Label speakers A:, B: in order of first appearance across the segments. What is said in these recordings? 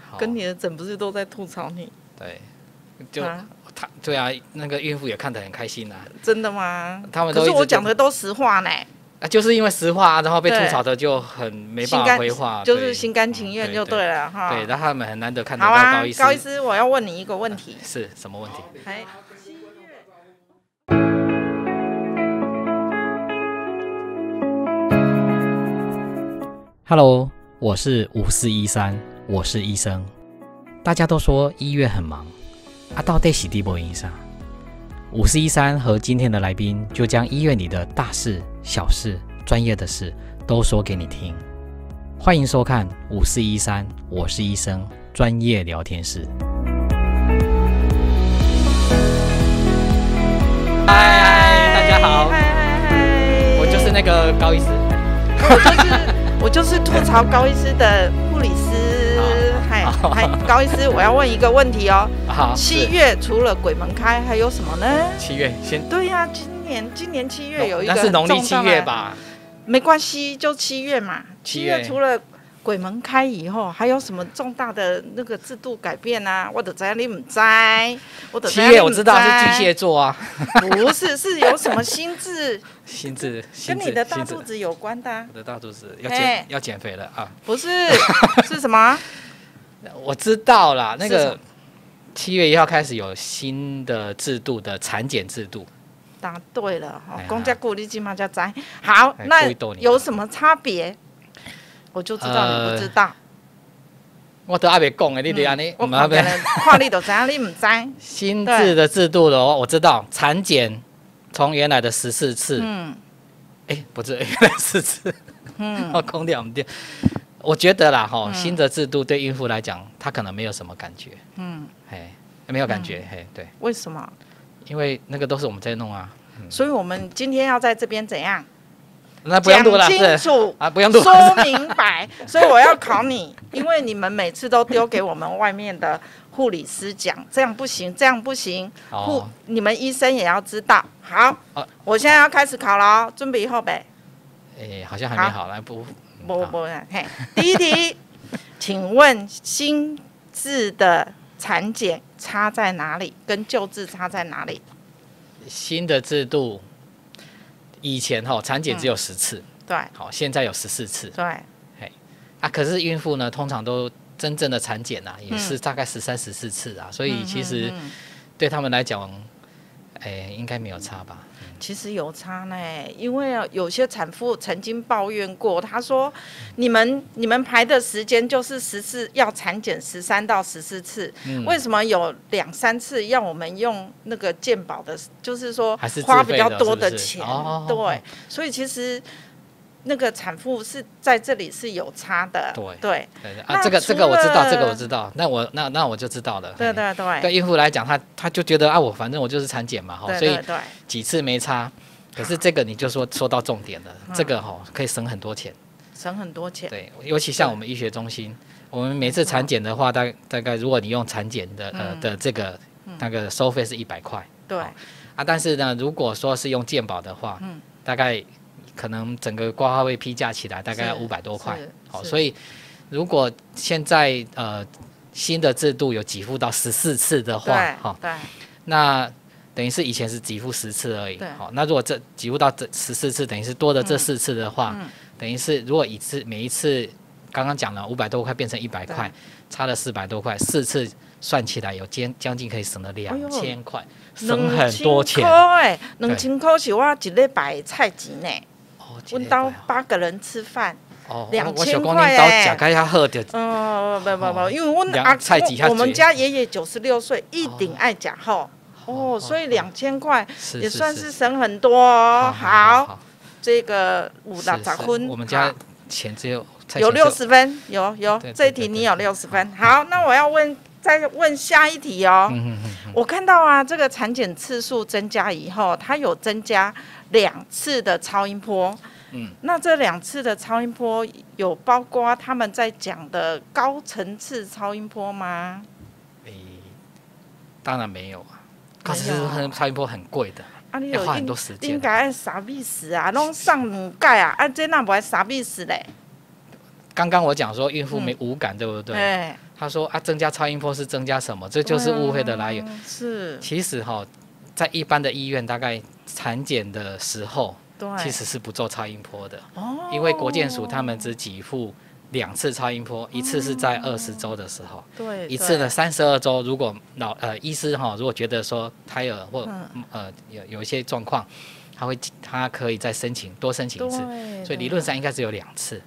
A: 好
B: 跟你的诊不是都在吐槽你？
A: 对，就
B: 啊
A: 他对啊，那个孕妇也看得很开心啊呐、
B: 真的吗？
A: 他们都
B: 可是
A: 一直
B: 我讲
A: 觉
B: 的都实话呢，
A: 啊，就是因为实话，然后被
B: 对
A: 吐槽的就很没
B: 心
A: 办法
B: 甘
A: 回话，
B: 就是
A: 对
B: 心甘情愿
A: 嗯
B: 就
A: 对
B: 对了哈。
A: 对，让他们很难得看得
B: 好
A: 到
B: 啊
A: 高医，师。
B: 高医师，我要问你一个问 题。
A: 是什么问题？
B: 哎，
A: Hello，我是五四一三，我是医生。大家都说医院很忙，啊，到底洗地波影啥？五四一三和今天的来宾就将医院里的大事、小事、专业的事都说给你听。欢迎收看五四一三，我是医生专业聊天室。嗨，大家好，
B: 嗨嗨嗨！
A: 我就是那个高医师。
B: 我就是 我就是吐槽高医师的护理 师
A: 好。
B: 嗨
A: 好
B: 嗨，高医师，我要问一个问题哦。
A: 啊好，
B: 七月除了鬼门开，还有什么呢？
A: 七月先
B: 对呀、今年今年七月有一个啊
A: 但哦是农历七
B: 很重大
A: 月
B: 的，
A: 吧？
B: 没关系，就七月嘛。
A: 七
B: 七
A: 月
B: 月除了鬼门开以后，还有什么重大的那个制度改变啊？我的知你唔知，我的
A: 七月我知道是巨蟹座啊，
B: 不是，是有什么心智
A: 心智 心
B: 跟
A: 智
B: 你的大
A: 心智
B: 肚子哎有关的啊、
A: 我的大肚子要
B: 嘿
A: 减要减肥了啊！
B: 不是是什么？
A: 我知道啦，那
B: 是什
A: 个
B: 么
A: 七月一号开始有新的制度的产检制度，
B: 答对了哈
A: 哎，
B: 公家顾虑金马家宅。好
A: 哎，
B: 那
A: 故意逗你
B: 有什么差别？我就知道你
A: 呃
B: 不知道。
A: 我都阿别讲的，你得安尼
B: 嗯，
A: 我
B: 我
A: 们阿
B: 看
A: 别
B: 别人看你都知道，你 唔知。
A: 新制的制度了哦，我知道产检从原来的十四次，
B: 嗯
A: 哎，不是原来四次，
B: 嗯，
A: 我空掉我们掉。我觉得啦，哈，新的制度对孕妇来讲，她可能没有什么感觉，
B: 嗯，
A: 嘿，没有感觉，嘿，对。
B: 为什么？
A: 因为那个都是我们在弄啊，
B: 所以我们今天要在这边怎样
A: 那啊不用
B: 讲
A: 录了，
B: 清
A: 是
B: 楚？
A: 啊，不用录了。
B: 说明白，所以我要考你，因为你们每次都丢给我们外面的护理师讲，这样不行，这样不行，护、
A: 哦，
B: 你们医生也要知道。好，
A: 啊
B: 我现在要开始考了哦，准备后备。
A: 哎，好像还没好，来不，嗯
B: 不
A: 好
B: 不，嘿，第一题，请问新制的产检差在哪里？跟旧制差在哪里？
A: 新的制度，以前哈产
B: 嗯
A: 检只有十次，
B: 对
A: 好，现在有十四次
B: 对，
A: 啊。可是孕妇呢，通常都真正的产检啊，也是大概十三、十四次啊，所以其实
B: 嗯嗯
A: 对他们来讲，哎，应该没有差吧？
B: 其实有差呢，因为啊有些产妇曾经抱怨过，她说：“你们你们排的时间就是十四，要产检十三到十四次，
A: 嗯，
B: 为什么有两三次要我们用那个健保的，就是说
A: 还是自
B: 花
A: 费
B: 比较
A: 的
B: 多
A: 是不
B: 的
A: 是
B: 钱？
A: 哦
B: 对，所以其实那个产妇是在这里是有差的，
A: 对
B: 对
A: 对对啊，
B: 那
A: 这个
B: 除
A: 这个我知道，
B: 了
A: 这个我知道，那我那那我就知道了。
B: 对
A: 嘿
B: 对对
A: 对孕妇来讲，她她就觉得啊，我反正我就是产检嘛，哈，
B: 对
A: 所以
B: 对对，
A: 几次没差，可是这个你就说说到重点了，
B: 嗯
A: 这个哈、可以省很多钱，
B: 省很多钱，
A: 对，尤其像我们医学中心，我们每次
B: 嗯
A: 产检的话，大大概如果你用产检的呃的这个
B: 嗯
A: 那个收费是一百块
B: 对
A: 啊，但是呢，如果说是用健保的话，
B: 嗯
A: 大概可能整个挂号费批价起来大概要
B: 是
A: 五百多块
B: 是，
A: 好、
B: 是
A: 所以如果现在呃新的制度有给付到十四次的话，
B: 对
A: 哈、
B: 对
A: 那等于是以前是给付十次而已
B: 对，嗯
A: 好、那如果这给付到这十四次，等于是多的这四次的话，等于是如果一次每一次刚刚讲了五百多块变成一百块，差了四百多块，四次算起来有将将近可以省了
B: 哎呦
A: 两千块，省很多钱
B: 哎，两千块是我一礼拜的菜钱呢。
A: 哦，这
B: 阮
A: 个
B: 兜
A: 贵哦
B: 八个人吃饭，
A: 哦，
B: 两
A: 我我
B: 千
A: 小公
B: 块
A: 你到
B: 耶
A: 假开下喝的，
B: 嗯，不不不，因为阮
A: 哦两
B: 阿
A: 菜几下
B: 我我们
A: 子
B: 家爷爷九十六岁，一定爱假后。哦，所以两千块
A: 是
B: 也
A: 是
B: 算
A: 是
B: 是省很多哦。好，
A: 好，
B: 这个五
A: 是
B: 六十
A: 是
B: 分，
A: 我们家
B: 好
A: 钱只有菜
B: 有
A: 钱只
B: 六十分，有有
A: 对对
B: 这一
A: 对
B: 题你
A: 对
B: 有六十分。好，那我要问，再问下一题哦。
A: 嗯嗯嗯
B: 我看到啊，这个产检次数增加以后，它有增加两次的超音波。
A: 嗯，
B: 那这两次的超音波有包括他们在讲的高层次超音波吗？
A: 诶，当然没有啊，可
B: 没
A: 是
B: 有
A: 很超音波很贵的。
B: 啊，你
A: 要
B: 有
A: 花很
B: 应
A: 多时间
B: 应该傻逼死啊，弄上五盖啊，啊这那不还傻逼死嘞？嗯
A: 刚刚我讲说孕妇没无感，对不对？
B: 哎，
A: 他说啊，增加超音波是增加什么？这就是误会的来源。
B: 嗯是，
A: 其实哈、在一般的医院，大概产检的时候，
B: 对，啊
A: 其实是不做超音波的，
B: 哎哦，
A: 因为国健署他们只给付两次超音波，一次是在二十周的时候，
B: 哦对
A: 一次
B: 对
A: 呢三十二周。如果老呃医师哈、如果觉得说胎儿或、
B: 嗯
A: 呃有有一些状况，他会他可以再申请多申请一次。
B: 对，
A: 所以理
B: 对
A: 论上应该只有两次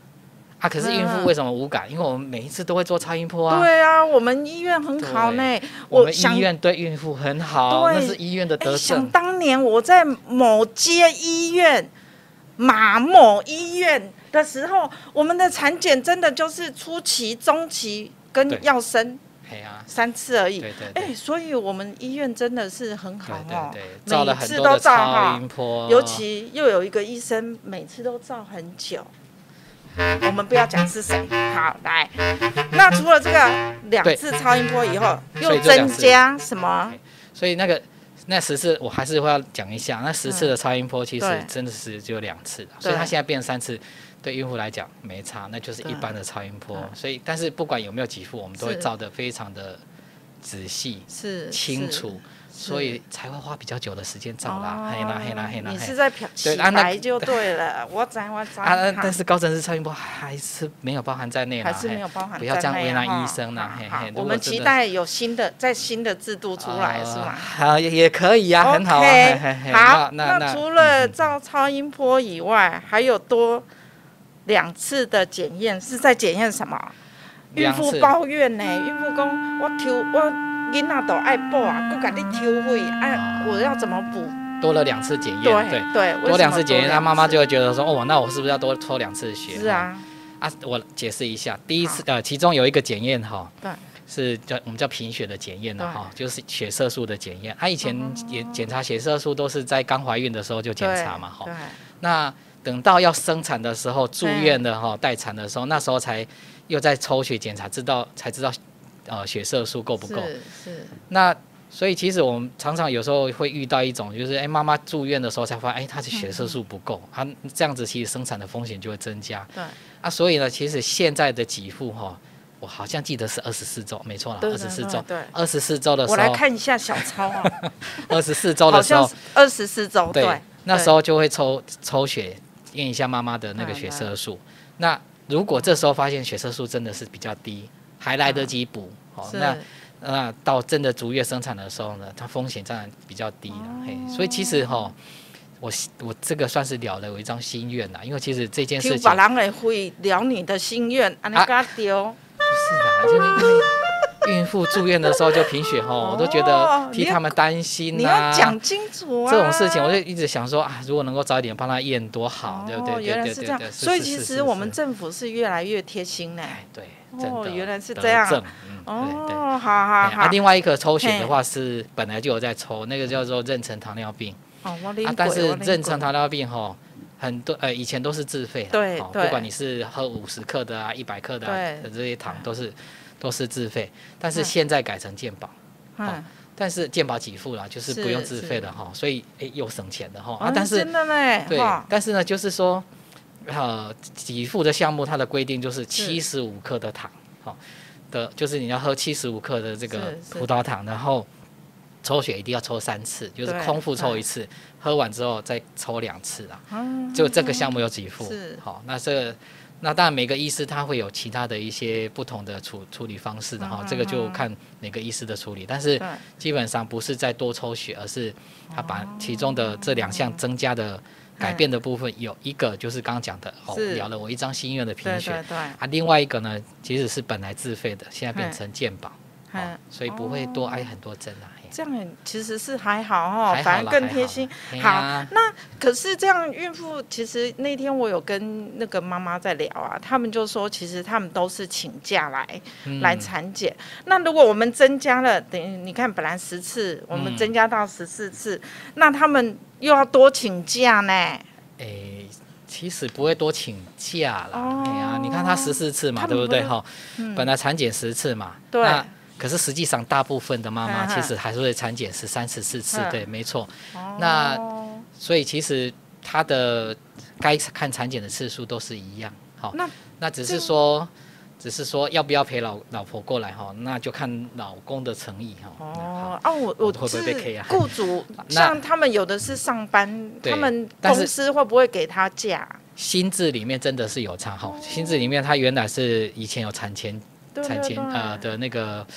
A: 啊。可是孕
B: 嗯
A: 妇为什么无感？因为我们每一次都会做超音波啊。
B: 对啊，我们医院很好呢。
A: 我
B: 我
A: 们
B: 想
A: 医，院对孕妇很好，
B: 对
A: 那是医院的
B: 哎，
A: 德
B: 想
A: 政。
B: 当年我在某街医院，马某医院的时候，我们的产检真的就是初期、中期
A: 对
B: 跟要生
A: 哎呀，
B: 三次而已。
A: 对对
B: 哎，
A: 对
B: 所以我们医院真的是很好
A: 对
B: 哦
A: 对，对，
B: 每
A: 照了
B: 一
A: 很
B: 次
A: 多
B: 都
A: 的
B: 照
A: 超
B: 哈
A: 音。波，
B: 尤其又有一个医生，每次都照很久。我们不要讲是谁，好来。那除了这个两
A: 对
B: 次超音波以后，
A: 所以
B: 又
A: 这两
B: 增
A: 次
B: 加什么？
A: 所以那个。那十次我还是会要讲一下，那十次的超音波其实
B: 嗯对
A: 真的是只有两次的，所以它现在变三次，对孕妇来讲没差，那就是一
B: 对
A: 般的超音波。
B: 嗯
A: 所以但是不管有没有给付，我们都会
B: 是
A: 照得非常的仔细
B: 是
A: 清
B: 是
A: 楚，
B: 是哦
A: 所以才会花比较久的时间照啦，嘿啦嘿啦啊嘿啦
B: 你是
A: 嘿。
B: 在漂洗
A: 对啊那
B: 白就对了，我知我知。
A: 啊，
B: 哈
A: 但是高层次超音波还是没有包含在内啦，
B: 还是没有包含
A: 不要
B: 在
A: 这样
B: 内啊
A: 为难
B: 哈
A: 医生啦
B: 好
A: 嘿
B: 好
A: 嘿如
B: 我
A: 果
B: 们
A: 真
B: 期
A: 的
B: 待有新的，在新的制度
A: 嘿
B: 出来是吗
A: 啊？好，也也可以啊，很好啊。嘿嘿
B: OK，
A: 嘿
B: 好，
A: 那嗯
B: 那除了照超音波以外，还有多两次的检验是在检验什么？孕
A: 两
B: 妇
A: 次
B: 抱怨呢、孕妇讲我抽我囡仔都爱抱啊，我给你抽血，啊，我要怎么补？
A: 多了两次检验，对
B: 对。对，为什
A: 多
B: 么
A: 两次检验，他妈妈就
B: 两
A: 会觉得说，哦，那我是不是要多抽两次血？
B: 次是啊，
A: 啊，我解释一下，第一次呃，其中有一个检验哈，
B: 对，
A: 是叫我们叫贫血的检验了
B: 对哦
A: 哈，就是血色素的检验。他、啊以前也检查血色素都是在刚怀孕的时候就检
B: 对
A: 查嘛哈
B: 对，，
A: 那等到要生产的时候住院的哈，待产的时候，那时候才又在抽血检查，知道才知道呃血色素够不够。
B: 是是，
A: 那所以其实我们常常有时候会遇到一种，就是哎妈妈住院的时候才发现，哎她的血色素不
B: 嗯
A: 够，她、这样子其实生产的风险就会增加。
B: 对
A: 啊，所以呢，其实现在的给付哈、我好像记得是二十四周，没错啦，
B: 对
A: 二十四周，
B: 对对
A: 二十四周的
B: 我
A: 时
B: 来
A: 候，
B: 看一下小抄啊，
A: 二十四周
B: 好
A: 的时
B: 像
A: 候
B: 是，二十四周，对，
A: 那时候就会抽抽血验一下妈妈的那个血色素。
B: 嗯
A: 那如果这时候发现血色素真的是比较低，还来得及补。哦，
B: 是
A: 那那到真的足月生产的时候呢，它风险当然比较低了。
B: 哦
A: 嘿，所以其实哈、我我这个算是了了我一张心愿啦，因为其实这件事
B: 听
A: 情
B: 别人的会聊你的心愿，安尼
A: 啊
B: 甲丢。
A: 不是啦，就是因为。孕妇住院的时候就贫血吼，我都觉
B: 哦
A: 得 替
B: 你要
A: 他们担心
B: 你
A: 呐、
B: 要讲清楚啊！
A: 这种事情，我就一直想说啊，如果能够早一点帮他验多好，对不对？
B: 哦，
A: 对
B: 原来
A: 对
B: 是
A: 对
B: 这样
A: 对，
B: 所以
A: 是
B: 其
A: 是
B: 实
A: 是
B: 我
A: 是
B: 们政府是越来越贴心呢。
A: 哎对，
B: 哦
A: 真的
B: 原来是
A: 得
B: 这样
A: 正嗯，对对。
B: 哦，好
A: 哎
B: 好好
A: 啊，，另外一个抽血
B: 嘿
A: 的话是本来就有在抽，那个叫做妊娠糖尿病
B: 哦，我领
A: 啊
B: 过，
A: 但是
B: 我领哎
A: 妊
B: 过
A: 娠糖尿病吼，很多呃以前都是自费啦，
B: 对
A: 哦
B: 对
A: 不管你是喝五十克的啊、一百克的啊
B: 对
A: 的这些糖都是都是自费，但是
B: 嗯
A: 现在改成健保，哦
B: 嗯
A: 但是健保给付啦，就是不
B: 是
A: 用自费
B: 是
A: 的哈，所以哎又省钱的哈
B: 哦
A: 啊，但是
B: 真的嘞，
A: 对
B: 哈，
A: 但是呢，就是说，呃，给付的项目它的规定就是七十五克的糖，好、的，就是你要喝七十五克的这个
B: 是是
A: 葡萄糖，然后抽血一定要抽三次，就是
B: 对
A: 空腹抽
B: 对
A: 一次，喝完之后再抽两次啊。
B: 嗯
A: 就这个项目有给付
B: 是，
A: 好、那这个那当然每个医师他会有其他的一些不同的处处理方式的
B: 啊
A: 哈、这个就看每个医师的处理，但是
B: 对
A: 基本上不是在多抽血，而是他把其中的这两项增加的改变的部分，有一个就是刚刚讲的哦，
B: 是
A: 聊了我一张心愿的贫
B: 对
A: 血
B: 对对，
A: 啊，另外一个呢，其实是本来自费的，现在变
B: 嘿
A: 成健保，哦
B: 嗯，
A: 所以不会多挨很多针啊。嘿
B: 这样其实是还好哦
A: 还，好
B: 反而
A: 啦
B: 更
A: 还好
B: 贴
A: 啦
B: 心。
A: 嘿
B: 好
A: 呀
B: 可是这样，孕妇其实那天我有跟那个妈妈在聊啊，他们就说，其实他们都是请假来、
A: 嗯
B: 来产检。那如果我们增加了，等于你看本来十次，我们增加到十四次，
A: 嗯
B: 那他们又要多请假呢？
A: 诶，其实不会多请假啦。
B: 哦
A: 哎呀，你看他十四次嘛，
B: 他们
A: 对不对
B: 不会嗯
A: 哈？本来产检十次嘛，
B: 对
A: 那可是实际上大部分的妈妈
B: 嗯嗯
A: 其实还是会产检十三、十四次
B: 嗯，
A: 对，没错。那
B: 哦，
A: 所以其实她的该看产检的次数都是一样，好
B: 那，
A: 那只是说。只是说要不要陪老老婆过来哈，那就看老公的诚意哈。那好
B: 哦，啊，我
A: 会
B: 我
A: 不会被 K
B: 是
A: 啊，
B: 雇主
A: 那
B: 像他们有的是上班，
A: 对
B: 他们
A: 但是
B: 公司会不会给他假？
A: 心智里面真的是有差哈，心智里面他原来是以前有产前
B: 对
A: 产
B: 对
A: 前呃
B: 对，
A: 的那个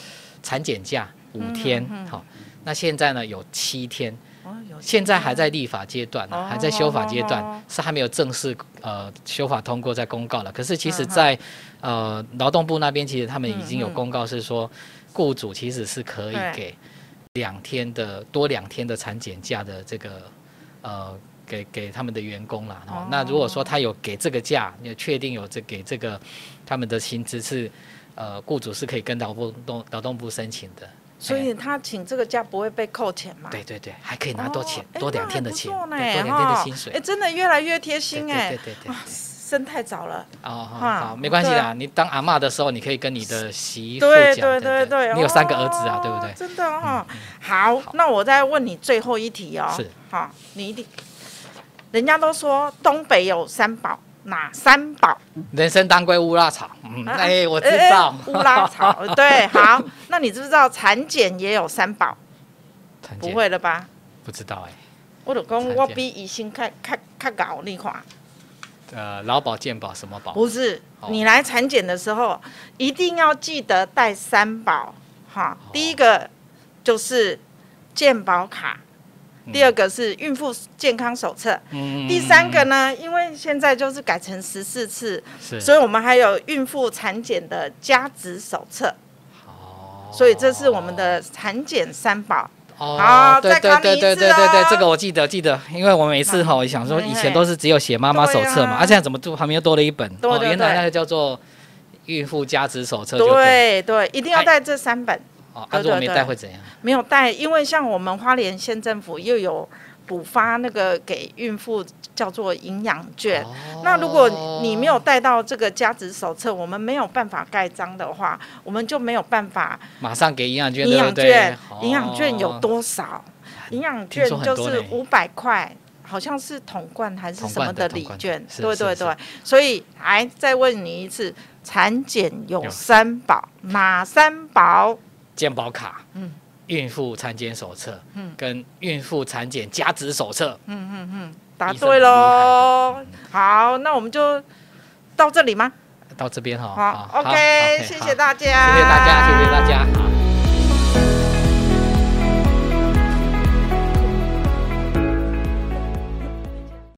A: 产检假五天
B: 嗯嗯
A: 好，那现在呢有七天，
B: 哦有
A: 现在还在立法阶段啊，
B: 哦
A: 还在修法阶段，
B: 哦哦
A: 是还没有正式呃修法通过在公告了。可是其实
B: 嗯哼
A: 在，呃劳动部那边，其实他们已经有
B: 嗯嗯
A: 公告是说，雇主其实是可以
B: 对
A: 给两天的多两天的产检假的这个呃。给给他们的员工啦，哦
B: 哦，
A: 那如果说他有给这个假，也确定有这给这个他们的薪资是，呃，雇主是可以跟劳动动劳动部申请的，
B: 所
A: 哎
B: 以他请这个假不会被扣钱嘛？
A: 对对对，还可以拿多钱，
B: 哦
A: 多
B: 哎那
A: 两天的
B: 还不
A: 钱，对
B: 错呢
A: 多两天的
B: 哈
A: 薪水
B: 哎，。真的越来越贴心哎，
A: 对对对对对
B: 啊生太早了，
A: 哦，好
B: 哈
A: 好，没关系
B: 对
A: 啦。
B: 啊
A: 你当阿嬷的时候，你可以跟你的媳妇
B: 对
A: 讲
B: 对对对，
A: 你有三个儿
B: 哦
A: 子啊，对不对？
B: 真的哦，好，那我再问你最后一题哦，
A: 是，
B: 好，你一定，人家都说东北有三宝，哪三宝？
A: 人参、当归、乌拉草。嗯，
B: 啊
A: 哎，我知
B: 哎哎
A: 道。
B: 乌 拉草，对，好，那你知不知道产检也有三宝？
A: 团
B: 不
A: 结，
B: 会了吧？
A: 不知道哎。
B: 我就
A: 产
B: 讲
A: 检
B: 我比医生较较较搞，你看，
A: 呃，劳保、健保什么保？
B: 不是
A: 哦，
B: 你来产检的时候一定要记得带三宝，哈，第一个就是健保卡，
A: 嗯
B: 第二，个是孕妇健康手册，
A: 嗯
B: 第三个呢，因为现在就是改成十四次，
A: 是，
B: 所以我们还有孕妇产检的加值手册，
A: 哦
B: 所以这是我们的产检三宝。
A: 哦
B: 好，
A: 对
B: 再
A: 对
B: 考
A: 对
B: 你一
A: 对
B: 次
A: 对对对
B: 哦，
A: 这个我记得记得，因为我每次哈，我想说以前都是只有写妈妈手册嘛，
B: 对啊
A: 啊，现在怎么就旁边又多了一本？
B: 对
A: 哦，
B: 对
A: 原来
B: 对
A: 那个叫做孕妇加值手册，就对了。哎
B: 对对，一定要带这三本。
A: 哦，啊，
B: 对
A: 如果
B: 对
A: 没
B: 对
A: 带会怎样？
B: 没有带，因为像我们花莲县政府又有补发那个给孕妇叫做营养券。
A: 哦
B: 那如果你没有带到这个家值手册，我们没有办法盖章的话，我们就没有办法
A: 马上给营养券，
B: 营养
A: 对不哦对
B: 券。营养券有多少？营养
A: 听
B: 券
A: 说很
B: 就
A: 多
B: 是
A: 呢
B: 五百块，好像是统冠还是
A: 统
B: 什么
A: 冠的统
B: 礼
A: 冠的
B: 券。
A: 是
B: 对
A: 是
B: 对
A: 是
B: 对，所以来再问你一次，产检有
A: 有
B: 三宝，哪三宝？
A: 健保卡，
B: 嗯
A: 孕妇产检手册，
B: 嗯
A: 跟孕妇产检加值手册，
B: 答
A: 医生
B: 对
A: 很厉害
B: 喽。好，那我们就到这里吗？
A: 到这边哈。哦
B: 好，OK，谢谢
A: 家，
B: 大家，
A: 谢谢大家，谢谢大。家，好。